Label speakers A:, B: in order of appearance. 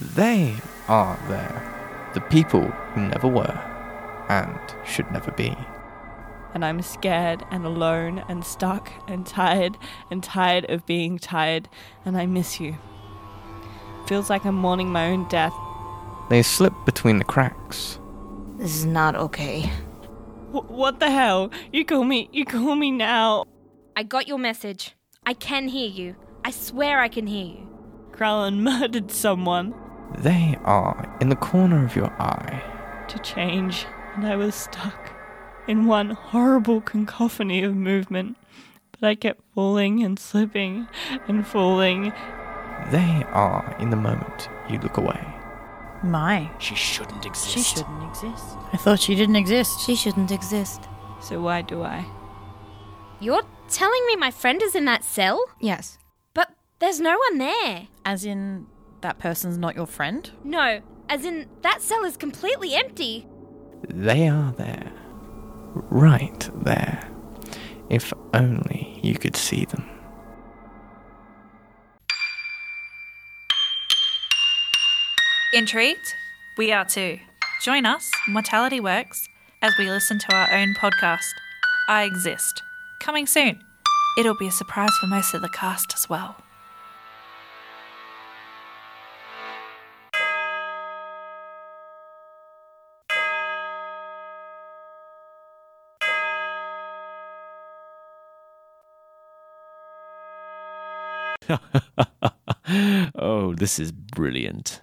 A: They are there, the people who never were and should never be.
B: and I'm scared and alone and stuck and tired and tired of being tired and I miss you. Feels like I'm mourning my own death.
A: They slip between the cracks.
C: This is not okay.
B: Wh- what the hell? You call me, you call me now.
D: I got your message. I can hear you. I swear I can hear you.
B: Krellin murdered someone
A: They are in the corner of your eye.
B: to change and I was stuck in one horrible cacophony of movement. But I kept falling and slipping and falling.
A: They are in the moment you look away.
E: My,
F: She shouldn't exist.
G: She shouldn't exist.
E: I thought she didn't exist.
C: She shouldn't exist.
B: So why do I?
D: You're telling me my friend is in that cell?
C: Yes.
D: But there's no one there.
E: As in, that person's not your friend?
D: No, as in, that cell is completely empty.
A: They are there. Right there. If only you could see them.
H: Intrigued? We are too. Join us, Mortality Works, as we listen to our own podcast, I Exist, coming soon. It'll be a surprise for most of the cast as well.
F: oh, this is brilliant.